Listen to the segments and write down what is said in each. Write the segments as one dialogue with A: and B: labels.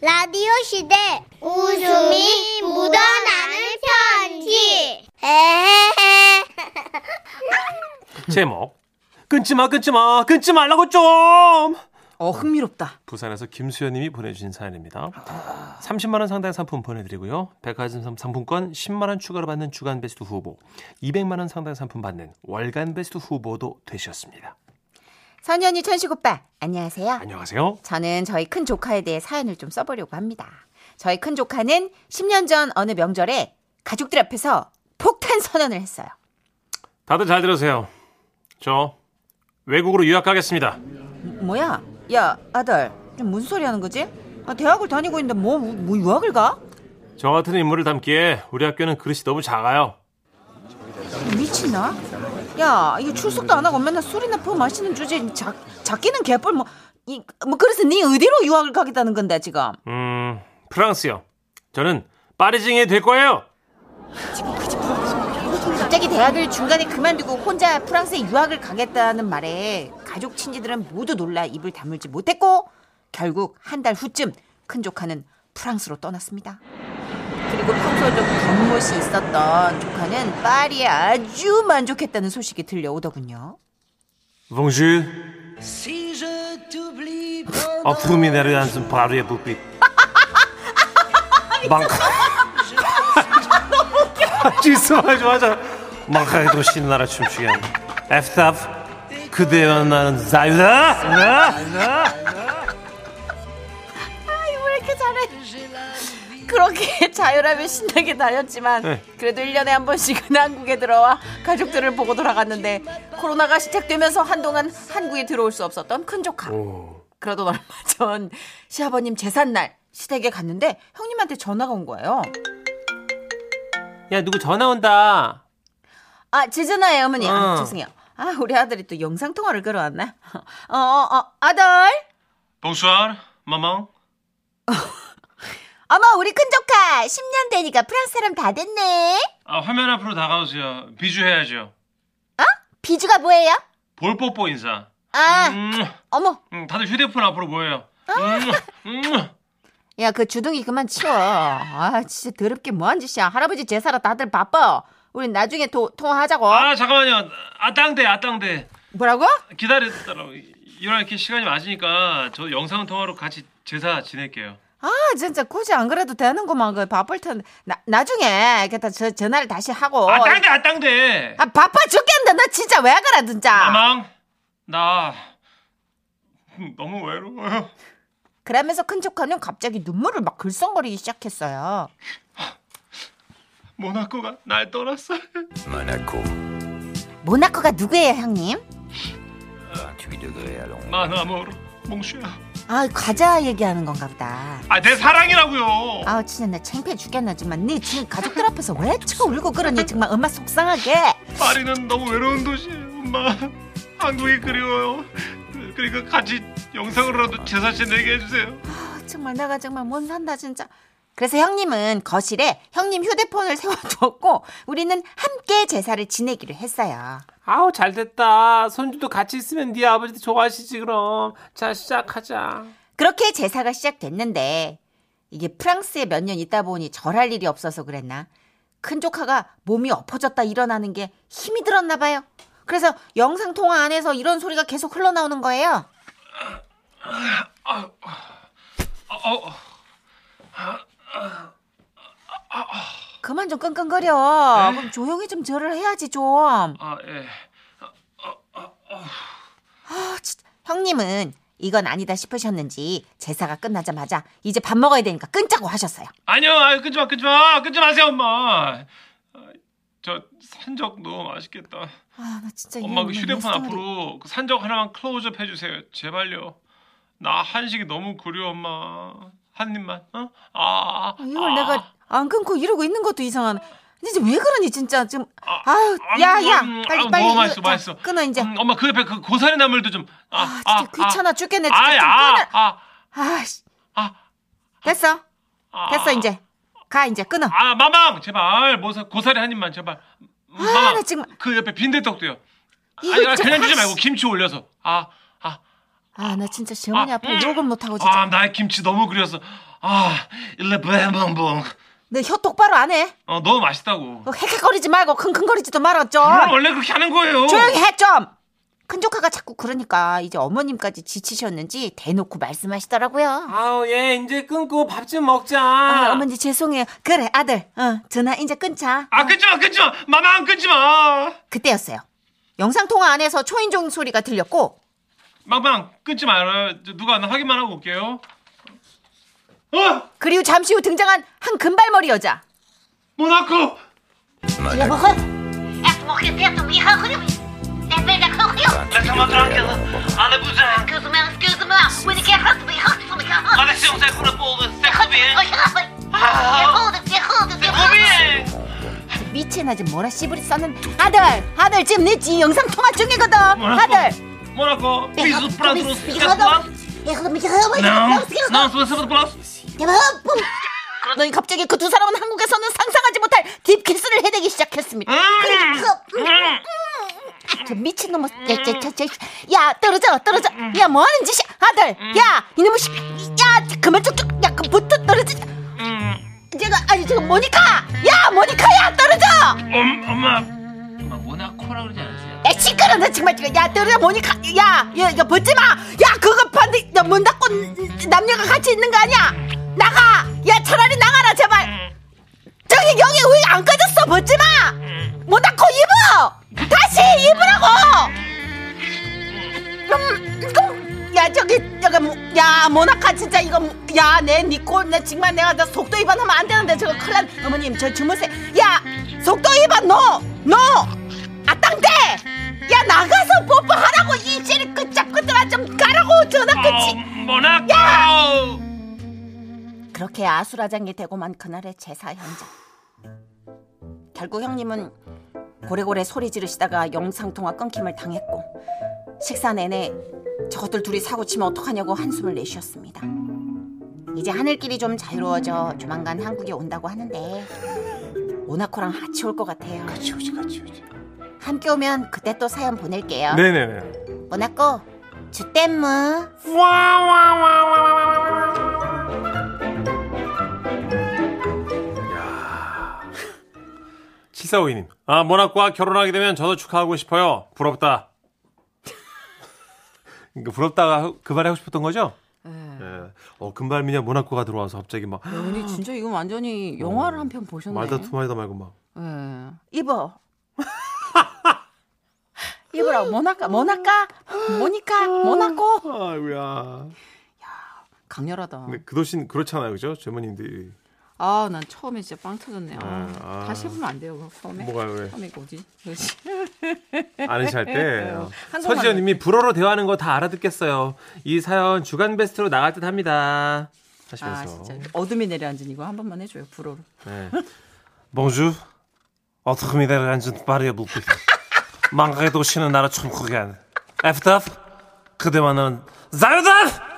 A: 라디오 시대 웃음이 묻어나는 편지 에헤헤
B: 제목 끊지마 끊지마 끊지 말라고 좀
C: 어, 흥미롭다.
B: 부산에서 김수현님이 보내주신 사연입니다 30만원 상당의 상품 보내드리고요 백화점 상- 상품권 10만원 추가로 받는 주간 베스트 후보 200만원 상당의 상품 받는 월간 베스트 후보도 되셨습니다
C: 선현이 천식 오빠, 안녕하세요.
B: 안녕하세요
C: 저는 저희 큰 조카에 대해 사연을 좀 써보려고 합니다. 저희 큰 조카는 10년 전 어느 명절에 가족들 앞에서 폭탄 선언을 했어요.
B: 다들 잘 들으세요 저 외국으로 유학 가겠습니다
C: 뭐야? 야, 아들. 지금 무슨 소리 하는 거지? 아, 대학을 다니고 있는데 뭐, 뭐 유학을 가?
B: 저 같은 인물을 닮기에 우리 학교는 그릇이 너무 작아요
C: 미친나? 야, 이게 출석도 안 하고 맨날 술이나 퍼 마시는 주제 작, 작기는 개뿔 뭐, 이, 뭐 그래서 네 어디로 유학을 가겠다는 건데 지금?
B: 음 프랑스요 저는 파리징이 될 거예요
C: 갑자기 대학을 중간에 그만두고 혼자 프랑스에 유학을 가겠다는 말에 가족 친지들은 모두 놀라 입을 다물지 못했고 결국 한 달 후쯤 큰 조카는 프랑스로 떠났습니다. 그리고 평소에도 겉멋이 있었던 조카는 파리에 아주 만족했다는 소식이 들려오더군요.
B: 봉주
D: Si je t'oublie pendant
B: 아 구름이 내려앉은 바루의 불빛 망카 지수하지 마자 망카에도 신나라 춤추게 하는 에프탑 그대와 나는 자유다 나, 나.
C: 왜 이렇게 잘해? 그렇게 자유라며 신나게 다녔지만
B: 네.
C: 그래도 1년에 한 번씩은 한국에 들어와 가족들을 보고 돌아갔는데 코로나가 시작되면서 한동안 한국에 들어올 수 없었던 큰 조카 그러던 얼마 전 시아버님 재산날 시댁에 갔는데 형님한테 전화가 온 거예요
B: 야 누구 전화 온다
C: 아, 제 전화예요, 어머니. 아,
B: 어.
C: 죄송해요. 아, 우리 아들이 또 영상 통화를 걸어왔나? 어, 어, 어, 아들.
B: 봉수아 마망
C: 어머, 우리 큰 조카 10년 되니까 프랑스 사람 다 됐네.
B: 아 화면 앞으로 다가오세요 비주해야죠
C: 비주가 뭐예요?
B: 볼 뽀뽀 인사
C: 아,
B: 음,
C: 어머.
B: 음, 다들 휴대폰 앞으로 모여요 음, 음.
C: 야, 그 주둥이 그만 치워. 아, 진짜 더럽게 뭐한 짓이야. 할아버지 제사라 다들 바빠. 우린 나중에 도, 통화하자고.
B: 아 잠깐만요 아 땅대 아 땅대
C: 뭐라고? 아,
B: 기다렸다라고 이렇게 시간이 맞으니까 저 영상 통화로 같이 제사 지낼게요.
C: 아, 진짜 굳이 안 그래도 되는구만. 그 바쁠 텐데. 나, 나중에 그다 저 전화를 다시 하고.
B: 아 땅대 아 땅대.
C: 아, 바빠 죽겠는데 나 진짜 왜 그래 진짜.
B: 마망 나 너무 외로워요.
C: 그러면서 큰 조카는 갑자기 눈물을 막 글썽거리기 시작했어요.
B: 모나코가 날 떠났어요.
D: Monaco,
C: 모나코가 누구예요, 형님?
D: 28 degrés à Londres.
B: 마나모로 몽슈야.
C: 아, 과자 얘기하는 건가 보다.
B: 아 내 사랑이라고요.
C: 아, 진짜 나 창피해 죽겠나지만 네 지금 가족들 앞에서 왜 치고 울고 그러니 정말 엄마 속상하게.
B: 파리는 너무 외로운 도시예요, 엄마. 한국이 그리워요. 그러니까 같이 영상으로라도 제사 지내게 해주세요.
C: 아, 정말 내가 정말 못 산다 진짜. 그래서 형님은 거실에 형님 휴대폰을 세워두었고 우리는 함께 제사를 지내기로 했어요.
E: 아우 잘됐다. 손주도 같이 있으면 네 아버지도 좋아하시지 그럼. 자 시작하자.
C: 그렇게 제사가 시작됐는데 이게 프랑스에 몇 년 있다 보니 절할 일이 없어서 그랬나 큰 조카가 몸이 엎어졌다 일어나는 게 힘이 들었나 봐요. 그래서 영상 통화 안에서 이런 소리가 계속 흘러나오는 거예요. 그만 좀 끙끙거려. 그럼 조용히 좀 절을 해야지 좀.
B: 아 예.
C: 아, 진짜. 형님은 이건 아니다 싶으셨는지 제사가 끝나자마자 이제 밥 먹어야 되니까 끊자고 하셨어요.
B: 아니요, 아유, 끊지 마, 끊지 마, 끊지 마세요, 엄마. 아, 저 산적 너무 맛있겠다.
C: 아, 나 진짜 이
B: 엄마 그
C: 양반
B: 휴대폰
C: 내 네, 스타일이-
B: 앞으로 그 산적 하나만 클로즈업 해주세요, 제발요. 나 한식이 너무 그리워, 엄마. 한 입만, 어? 아, 아,
C: 아, 이걸
B: 아.
C: 내가 안 끊고 이러고 있는 것도 이상한. 이제 왜 그러니 진짜 지금
B: 아,
C: 아유
B: 음,
C: 야야
B: 음,
C: 빨리
B: 아,
C: 빨리
B: 너무
C: 이거
B: 맛있어,
C: 자,
B: 맛있어.
C: 끊어 이제
B: 음, 엄마 그 옆에 그 고사리 나물도 좀.
C: 아 진짜 귀찮아 죽겠네 진짜
B: 아이,
C: 좀
B: 아,
C: 끊어
B: 아,
C: 아씨
B: 아,
C: 됐어
B: 아,
C: 됐어 이제 가 이제 끊어
B: 아, 마망, 제발, 뭐, 모사, 고사리 한 입만, 제발. 마망,
C: 아, 나 지금-
B: 그 옆에 빈대떡도요.
C: 이거
B: 아니, 아니,
C: 좀-
B: 그냥 주지
C: 아이씨.
B: 말고 김치 올려서. 아, 아,
C: 아, 나 진짜 시어머니 앞에 욕을 못하고 진짜.
B: 아, 나의 김치 너무 그리웠어. 아, 일레 뱀방봉.
C: 너 혀 똑바로 안 해.
B: 어, 너무 맛있다고.
C: 너 헥헥거리지 말고 킁킁거리지도 말아 좀.
B: 아, 원래 그렇게 하는 거예요.
C: 조용히 해 좀. 큰 조카가 자꾸 그러니까 이제 어머님까지 지치셨는지 대놓고 말씀하시더라고요.
B: 아우, 얘 이제 끊고 밥 좀 먹자.
C: 아, 어머니 죄송해요. 그래 아들, 어, 전화 이제 끊자.
B: 아, 끊지 마, 끊지 마. 마마 안 끊지 마.
C: 그때였어요. 영상 통화 안에서 초인종 소리가 들렸고
B: 망망 끊지 마요. 누가 나 확인만 하고 올게요. 어,
C: 그리고 잠시 후 등장한 한 금발머리 여자.
B: 모나코.
F: Monaco.
C: 미친 아줌 뭐라 씨부리 싸는 아들, 아들 지금 내 지 영상 통화 중이거든. 아들. 예,
B: 모나코. 피스 프랑스로
C: 너희 갑자기 그 두 사람은 한국에서는 상상하지 못할 딥키스를 해내기 시작했습니다. 그, 음, 저 아, 미친놈아, 야, 저, 저, 저, 야 떨어져, 떨어져. 야, 뭐 하는 짓이야, 아들. 야, 이놈의 씨, 야, 그만 좀, 좀, 야, 그부터 떨어지. 제가 아니 지금 모니카, 야, 모니카야, 떨어져.
B: 엄마. 엄마 모나코라 그러지 않았어요?
C: 야, 시끄러, 너 정말 지금, 야, 떨어져, 모니카, 야, 야, 이거 벗지 마. 야, 그거 반대, 야, 문 닫고 남녀가 같이 있는 거 아니야? 나가, 야, 차라리 나가라, 제발. 저기 여기 왜 안 꺼졌어 벗지 마 모나코 입어 다시 입으라고 음, 음. 야 저기 저기 모- 야 모나카 진짜 이거 야내 니꼴 내 정말 내가 나 속도 위반하면 안 되는데 저거 큰일 난 어머님 저 주무세요 야 속도 위반 노노 아땅대 야 나가서 뽀뽀하라고 이 시리 끝잡끝들아 좀 가라고 전화 끝이
B: 모나코.
C: 그렇게 아수라장이 되고만 그날의 제사 현장. 결국 형님은 고래고래 소리 지르시다가 영상통화 끊김을 당했고 식사 내내 저것들 둘이 사고 치면 어떡하냐고 한숨을 내쉬었습니다. 이제 하늘길이 좀 자유로워져 조만간 한국에 온다고 하는데 모나코랑 같이 올 것 같아요. 같이 오지 같이 오지. 함께 오면 그때 또 사연 보낼게요.
E: 네네네.
C: 모나코 주땜무
E: 칠사오이님. 아 모나코와 결혼하게 되면 저도 축하하고 싶어요. 부럽다. 그러니까 부럽다가 그 말이 하고 싶었던 거죠?
C: 네.
E: 예. 어 금발미녀 모나코가 들어와서 갑자기 막
C: 언니 진짜 이건 완전히 영화를 한 편 보셨네.
E: 말다툼하다 말고 막
C: 예. 입어. 입으라고 모나카 모나카 모니카 모나코
E: 아이고야.
G: 강렬하다.
E: 근데 그 도시는 그렇잖아요, 그죠? 제모님들이
G: 아, 난 처음에 진짜 빵 터졌네. 아,
E: 아, 아.
G: 다시 해보면 안 돼요. 처음에.
E: 뭐가 왜
G: 처음에 이거 어디? 그렇지.
E: 아는시할 때.
G: 네. 한국말로.
E: 서지현님이 불어로 대화하는 거 다 알아듣겠어요. 이 사연 주간 베스트로 나갈 듯합니다. 하시면서.
G: 아, 진짜 어둠이 내려앉은 이거 한 번만 해줘요. 불어로.
E: 네. 봉주 어떻게 미래를 앉은 파리의 불빛 망각의 도시는 나를 춤추게 하는 애프탑 그대만은 자유답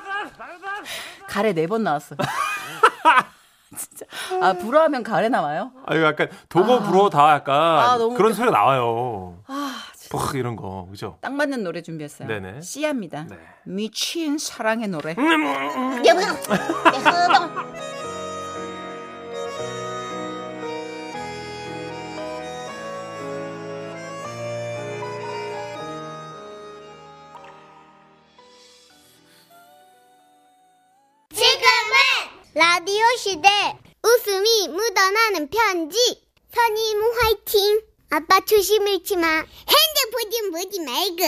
G: 가래 네 번 나왔어. 진짜. 아, 불어하면 가래 나와요?
E: 아유 약간 도고 불어 다 약간
G: 아, 너무
E: 그런 소리가 나와요 푹 이런 거 그죠
G: 딱 맞는 노래 준비했어요.
E: 네네.
G: 씨야입니다.
E: 네.
G: 미친 사랑의 노래.
E: 음.
A: 네. 지금은 라디오 시대 웃음이 묻어나는 편지 선임 화이팅 아빠 조심 잃지 마 핸드폰 좀 보지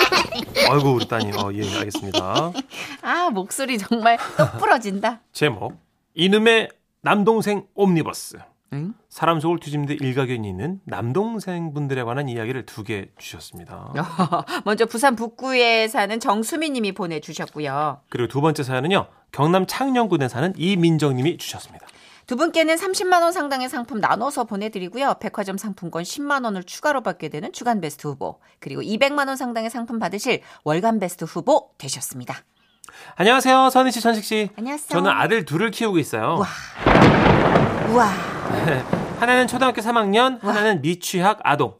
A: 말고
E: 아이고 우리 따님 어, 예 알겠습니다
G: 아, 목소리 정말 똑 부러진다.
E: 제목 이놈의 남동생 옴니버스
G: 응?
E: 사람 속을 뒤집는 데 일가견이 있는 남동생분들에 관한 이야기를 두 개 주셨습니다
G: 먼저 부산 북구에 사는 정수미 님이 보내주셨고요.
E: 그리고 두 번째 사연은요. 경남 창녕군에 사는 이민정 님이 주셨습니다.
G: 두 분께는 30만 원 상당의 상품 나눠서 보내드리고요. 백화점 상품권 10만 원을 추가로 받게 되는 주간 베스트 후보 그리고 200만 원 상당의 상품 받으실 월간 베스트 후보 되셨습니다.
E: 안녕하세요. 선희 씨, 천식 씨.
G: 안녕하세요.
E: 저는 아들 둘을 키우고 있어요.
G: 우와,
E: 하나는 초등학교 3학년, 하나는 미취학 아동.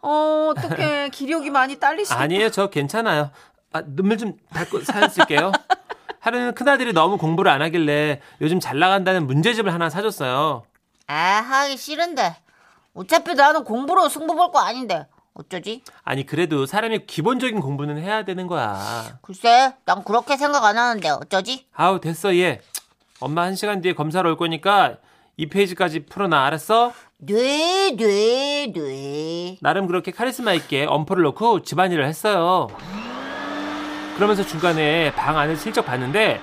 G: 어 어떡해 기력이 많이 딸리시.
E: 아니에요. 저 괜찮아요. 아, 눈물 좀 닦고 사연 쓸게요. 하루는 큰아들이 너무 공부를 안 하길래 요즘 잘 나간다는 문제집을 하나 사줬어요.
C: 아, 하기 싫은데. 어차피 나는 공부로 승부 볼 거 아닌데. 어쩌지?
E: 아니 그래도 사람이 기본적인 공부는 해야 되는 거야.
C: 글쎄, 난 그렇게 생각 안 하는데. 어쩌지?
E: 아우 됐어 얘. 엄마 한 시간 뒤에 검사로 올 거니까 이 페이지까지 풀어놔 알았어?
C: 뇌, 뇌, 뇌.
E: 나름 그렇게 카리스마 있게 엄포를 놓고 집안일을 했어요. 그러면서 중간에 방 안을 슬쩍 봤는데,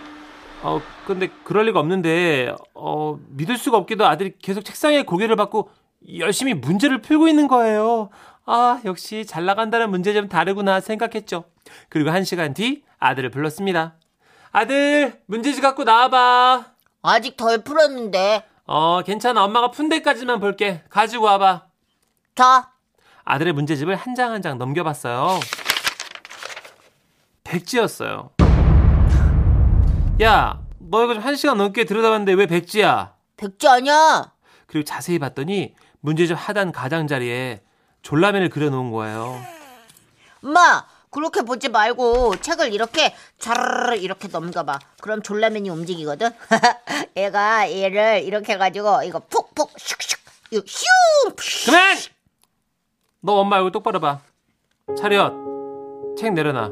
E: 어, 근데 그럴 리가 없는데, 어, 믿을 수가 없기도 아들이 계속 책상에 고개를 받고 열심히 문제를 풀고 있는 거예요. 아, 역시 잘 나간다는 문제점 다르구나 생각했죠. 그리고 한 시간 뒤 아들을 불렀습니다. 아들, 문제지 갖고 나와봐.
C: 아직 덜 풀었는데.
E: 어, 괜찮아. 엄마가 푼 데까지만 볼게. 가지고 와봐.
C: 자,
E: 아들의 문제집을 한 장 한 장 넘겨봤어요. 백지였어요. 야, 너 이거 좀한 시간 넘게 들여다봤는데 왜 백지야?
C: 백지 아니야.
E: 그리고 자세히 봤더니 문제집 하단 가장자리에 졸라맨을 그려놓은 거예요.
C: 엄마, 그렇게 보지 말고 책을 이렇게 자르르 이렇게 넘겨봐. 그럼 졸라맨이 움직이거든. 얘가 얘를 이렇게 해가지고 이거 푹푹 슉슉 이거 슝.
E: 그만! 너 엄마 얼굴 똑바로 봐. 차렷. 책 내려놔.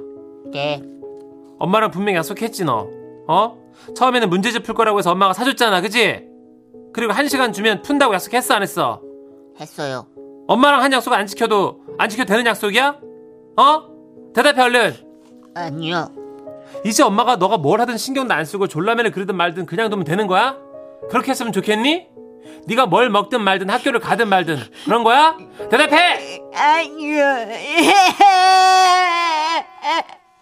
C: 네.
E: 엄마랑 분명히 약속했지 너. 어? 처음에는 문제집 풀 거라고 해서 엄마가 사줬잖아, 그지? 그리고 한 시간 주면 푼다고 약속했어, 안 했어?
C: 했어요.
E: 엄마랑 한 약속 안 지켜도 안 지켜도 되는 약속이야? 어? 대답해 얼른.
C: 아니요.
E: 이제 엄마가 너가 뭘 하든 신경도 안 쓰고 졸라맨을 그리든 말든 그냥 두면 되는 거야? 그렇게 했으면 좋겠니? 네가 뭘 먹든 말든 학교를 가든 말든 그런 거야? 대답해!
C: 아니요.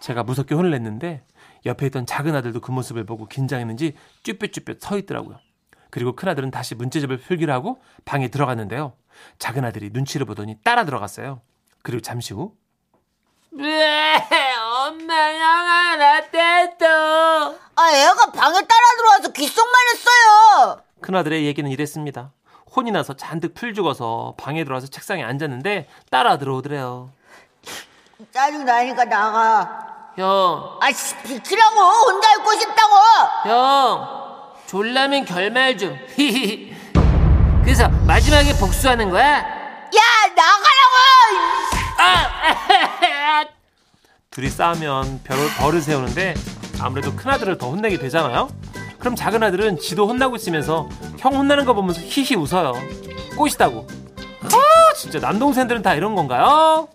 E: 제가 무섭게 혼을 냈는데 옆에 있던 작은 아들도 그 모습을 보고 긴장했는지 쭈뼛쭈뼛 서 있더라고요. 그리고 큰 아들은 다시 문제집을 풀기로 하고 방에 들어갔는데요. 작은 아들이 눈치를 보더니 따라 들어갔어요. 그리고 잠시 후
C: 아, 얘가 방에 따라 들어와서 귓속만 했어요.
E: 큰아들의 얘기는 이랬습니다. 혼이 나서 잔뜩 풀 죽어서 방에 들어와서 책상에 앉았는데 따라 들어오더래요.
C: 짜증 나니까 나가.
E: 형,
C: 아씨, 비키라고. 혼자 있고 싶다고.
E: 형, 졸라면 결말 좀. 히히히. 그래서 마지막에 복수하는 거야?
C: 야, 나가라고.
E: 둘이 싸우면 벼를, 벌을 세우는데 아무래도 큰아들을 더 혼내게 되잖아요? 그럼 작은아들은 지도 혼나고 있으면서 형 혼나는 거 보면서 히히 웃어요. 꼬시다고. 아, 진짜 남동생들은 다 이런 건가요?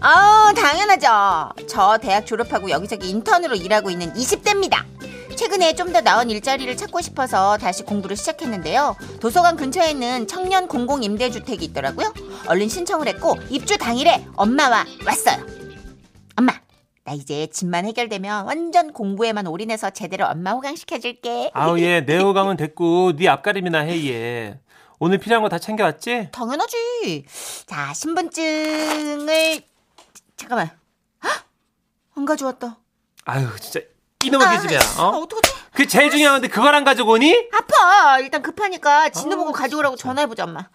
C: 아, 당연하죠. 저 대학 졸업하고 여기저기 인턴으로 일하고 있는 20대입니다. 최근에 좀 더 나은 일자리를 찾고 싶어서 다시 공부를 시작했는데요. 도서관 근처에 있는 청년 공공 임대주택이 있더라고요. 얼른 신청을 했고 입주 당일에 엄마와 왔어요. 엄마, 나 이제 집만 해결되면 완전 공부에만 올인해서 제대로 엄마 호강시켜줄게.
E: 아우 얘 내호강은 됐고 네 앞가림이나 해얘 오늘 필요한 거 다 챙겨왔지?
C: 당연하지. 자, 신분증을 잠깐만. 헉! 안 가져왔다.
E: 아유 진짜 이놈의 기집애야
C: 아,
E: 어?
C: 어떡하지?
E: 그 제일 중요한 건데 그걸 안 가지고 오니?
C: 아파. 일단 급하니까 진우 보고 가져오라고 전화해보자, 엄마.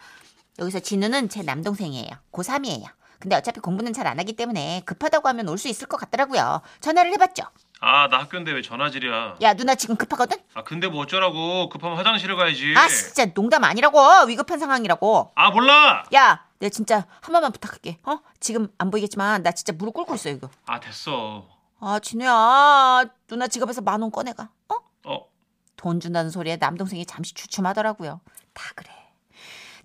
C: 여기서 진우는 제 남동생이에요. 고3이에요. 근데 어차피 공부는 잘 안 하기 때문에 급하다고 하면 올 수 있을 것 같더라고요. 전화를 해봤죠.
B: 아 나 학교인데 왜 전화질이야
C: 야, 누나 지금 급하거든?
B: 아 근데 뭐 어쩌라고 급하면 화장실을 가야지
C: 아, 진짜 농담 아니라고. 위급한 상황이라고.
B: 아, 몰라
C: 야, 내가 진짜 한 번만 부탁할게. 어? 지금 안 보이겠지만 나 진짜 무릎 꿇고 있어, 이거.
B: 아 됐어
C: 아, 진우야. 누나 지갑에서 만 원 꺼내가. 어?
B: 어
C: 돈 준다는 소리에 남동생이 잠시 주춤하더라고요. 다 그래.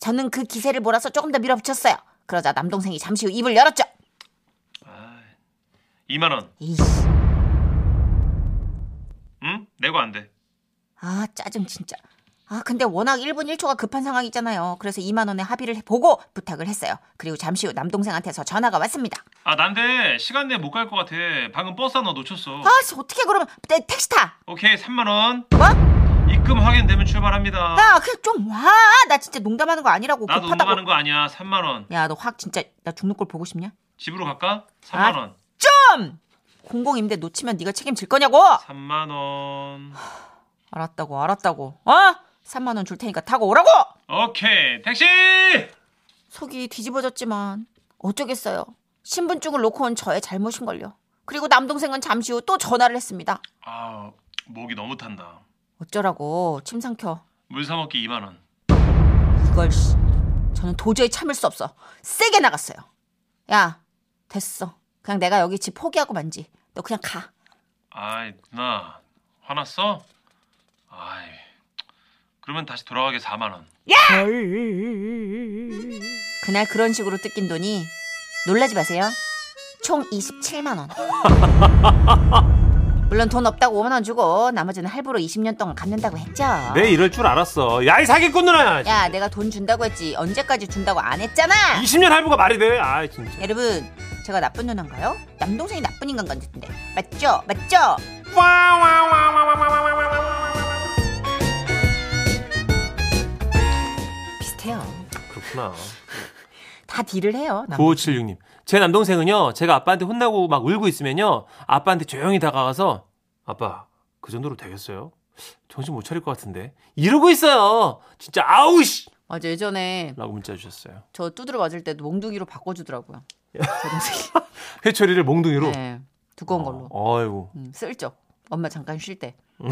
C: 저는 그 기세를 몰아서 조금 더 밀어붙였어요. 그러자 남동생이 잠시 후 입을 열었죠.
B: 2만 원
C: 이씨,
B: 응? 내고 안돼
C: 아 짜증 진짜. 아 근데 워낙 1분 1초가 급한 상황이잖아요. 그래서 2만 원에 합의를 해보고 부탁을 했어요. 그리고 잠시 후 남동생한테서 전화가 왔습니다.
B: 아 난데 시간 내에 못 갈 것 같아 방금 버스 하나 놓쳤어
C: 아 씨, 어떻게 그러면 내 택시 타.
B: 오케이 3만 원
C: 뭐?
B: 입금 확인되면 출발합니다
C: 야 그냥 좀 와. 나 진짜 농담하는 거 아니라고
B: 나도
C: 급하다고.
B: 운동하는 거 아니야 3만 원
C: 야 너 확 진짜 나 죽는 꼴 보고 싶냐?
B: 집으로 갈까? 3만 원
C: 좀 공공 임대 놓치면 네가 책임질 거냐고.
B: 3만 원
C: 알았다고 알았다고 어? 3만 원 줄 테니까 타고 오라고
B: 오케이 택시
C: 속이 뒤집어졌지만 어쩌겠어요 신분증을 놓고 온 저의 잘못인걸요
H: 그리고 남동생은 잠시 후 또 전화를 했습니다.
B: 아 목이 너무 탄다.
H: 어쩌라고 침 삼켜.
B: 물 사 먹기 2만 원.
H: 이걸 씨. 저는 도저히 참을 수 없어. 세게 나갔어요. 야, 됐어. 그냥 내가 여기 집 포기하고 만지. 너 그냥 가.
B: 아이 누나 화났어? 아이 그러면 다시 돌아가게 4만 원.
H: 그날 그런 식으로 뜯긴 돈이 놀라지 마세요. 총 27만 원. 물론 돈 없다고 5만 원 주고 나머지는 할부로 20년 동안 갚는다고 했죠.
E: 내 이럴 줄 알았어. 야 이 사기꾼 누나.
H: 아. 야, 내가 돈 준다고 했지. 언제까지 준다고 안 했잖아.
E: 20년 할부가 말이 돼? 아 진짜.
H: 여러분, 제가 나쁜 누나인가요? 남동생이 나쁜 인간 같은데. 맞죠? 맞죠? 비슷해요.
E: 그렇구나.
H: 다 딜을 해요. 남...
E: 9576님. 제 남동생은요, 제가 아빠한테 혼나고 막 울고 있으면요, 아빠한테 조용히 다가가서, 아빠, 그 정도로 되겠어요? 정신 못 차릴 것 같은데. 이러고 있어요! 진짜, 아우씨!
H: 맞아, 예전에
E: 라고 문자 주셨어요.
H: 저 두드려 맞을 때도 몽둥이로 바꿔주더라고요.
E: 회초리를 몽둥이로.
H: 네, 두꺼운 걸로.
E: 어, 아이고.
H: 음, 쓸죠. 엄마 잠깐 쉴 때.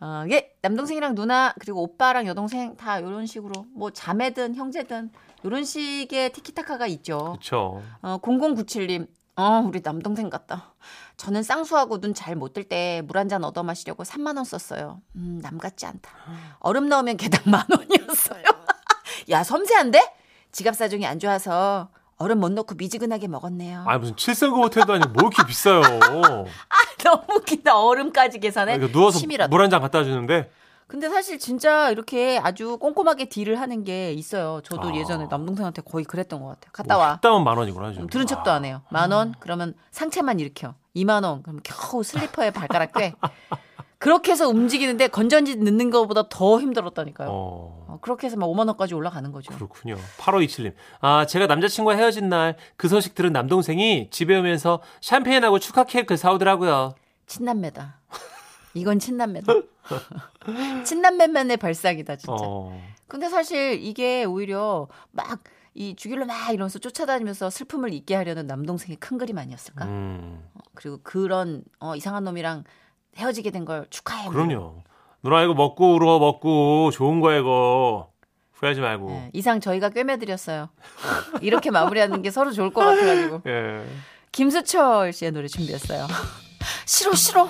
H: 어, 예, 남동생이랑 누나 그리고 오빠랑 여동생 다 이런 식으로 뭐 자매든 형제든 이런 식의 티키타카가 있죠.
E: 그쵸.
H: 어, 0097님. 어, 우리 남동생 같다. 저는 쌍수하고 눈 잘 못 뜰 때 물 한 잔 얻어 마시려고 3만 원 썼어요. 음, 남 같지 않다. 얼음 넣으면 개당 만 원이었어요. 야, 섬세한데? 지갑 사정이 안 좋아서 얼음 못 넣고 미지근하게 먹었네요.
E: 아니, 무슨 7성급 호텔도 아니고 뭐 이렇게 비싸요.
H: 너무 웃기다. 얼음까지 계산해.
E: 그러니까 누워서
H: 네, 침이라도.
E: 물 한 잔 갖다 주는데,
H: 근데 사실 진짜 이렇게 아주 꼼꼼하게 딜을 하는 게 있어요. 저도
E: 아.
H: 예전에 남동생한테 거의 그랬던 것 같아요. 갔다
E: 뭐,
H: 와.
E: 식당은 만 원이구나. 지금.
H: 음, 들은 척도
E: 아.
H: 안 해요. 만 원? 그러면 상체만 일으켜. 2만 원? 그럼 겨우 슬리퍼에 발가락 꿰. 그렇게 해서 움직이는데 건전지 넣는 것보다 더 힘들었다니까요.
E: 어.
H: 어, 그렇게 해서 막 5만 원까지 올라가는 거죠.
E: 그렇군요. 8527님. 아, 제가 남자친구와 헤어진 날 그 소식 들은 남동생이 집에 오면서 샴페인하고 축하 케이크를 사오더라고요.
H: 친남매다. 이건 친남매다. 친남매만의 발상이다 진짜.
E: 어.
H: 근데 사실 이게 오히려 막 이 주길로 막 이러면서 쫓아다니면서 슬픔을 잊게 하려는 남동생의 큰 그림 아니었을까? 어,
E: 음.
H: 그리고 그런 어, 이상한 놈이랑 헤어지게 된 걸 축하해. 뭐 네.
E: 그럼요. 누나 이거 먹고 울어 먹고 좋은 거야 이거 후회하지 말고.
H: 네, 이상 저희가 꿰매드렸어요. 이렇게 마무리하는 게 서로 좋을 것 같아가지고.
E: 예.
H: 김수철 씨의 노래 준비했어요. 싫어 싫어.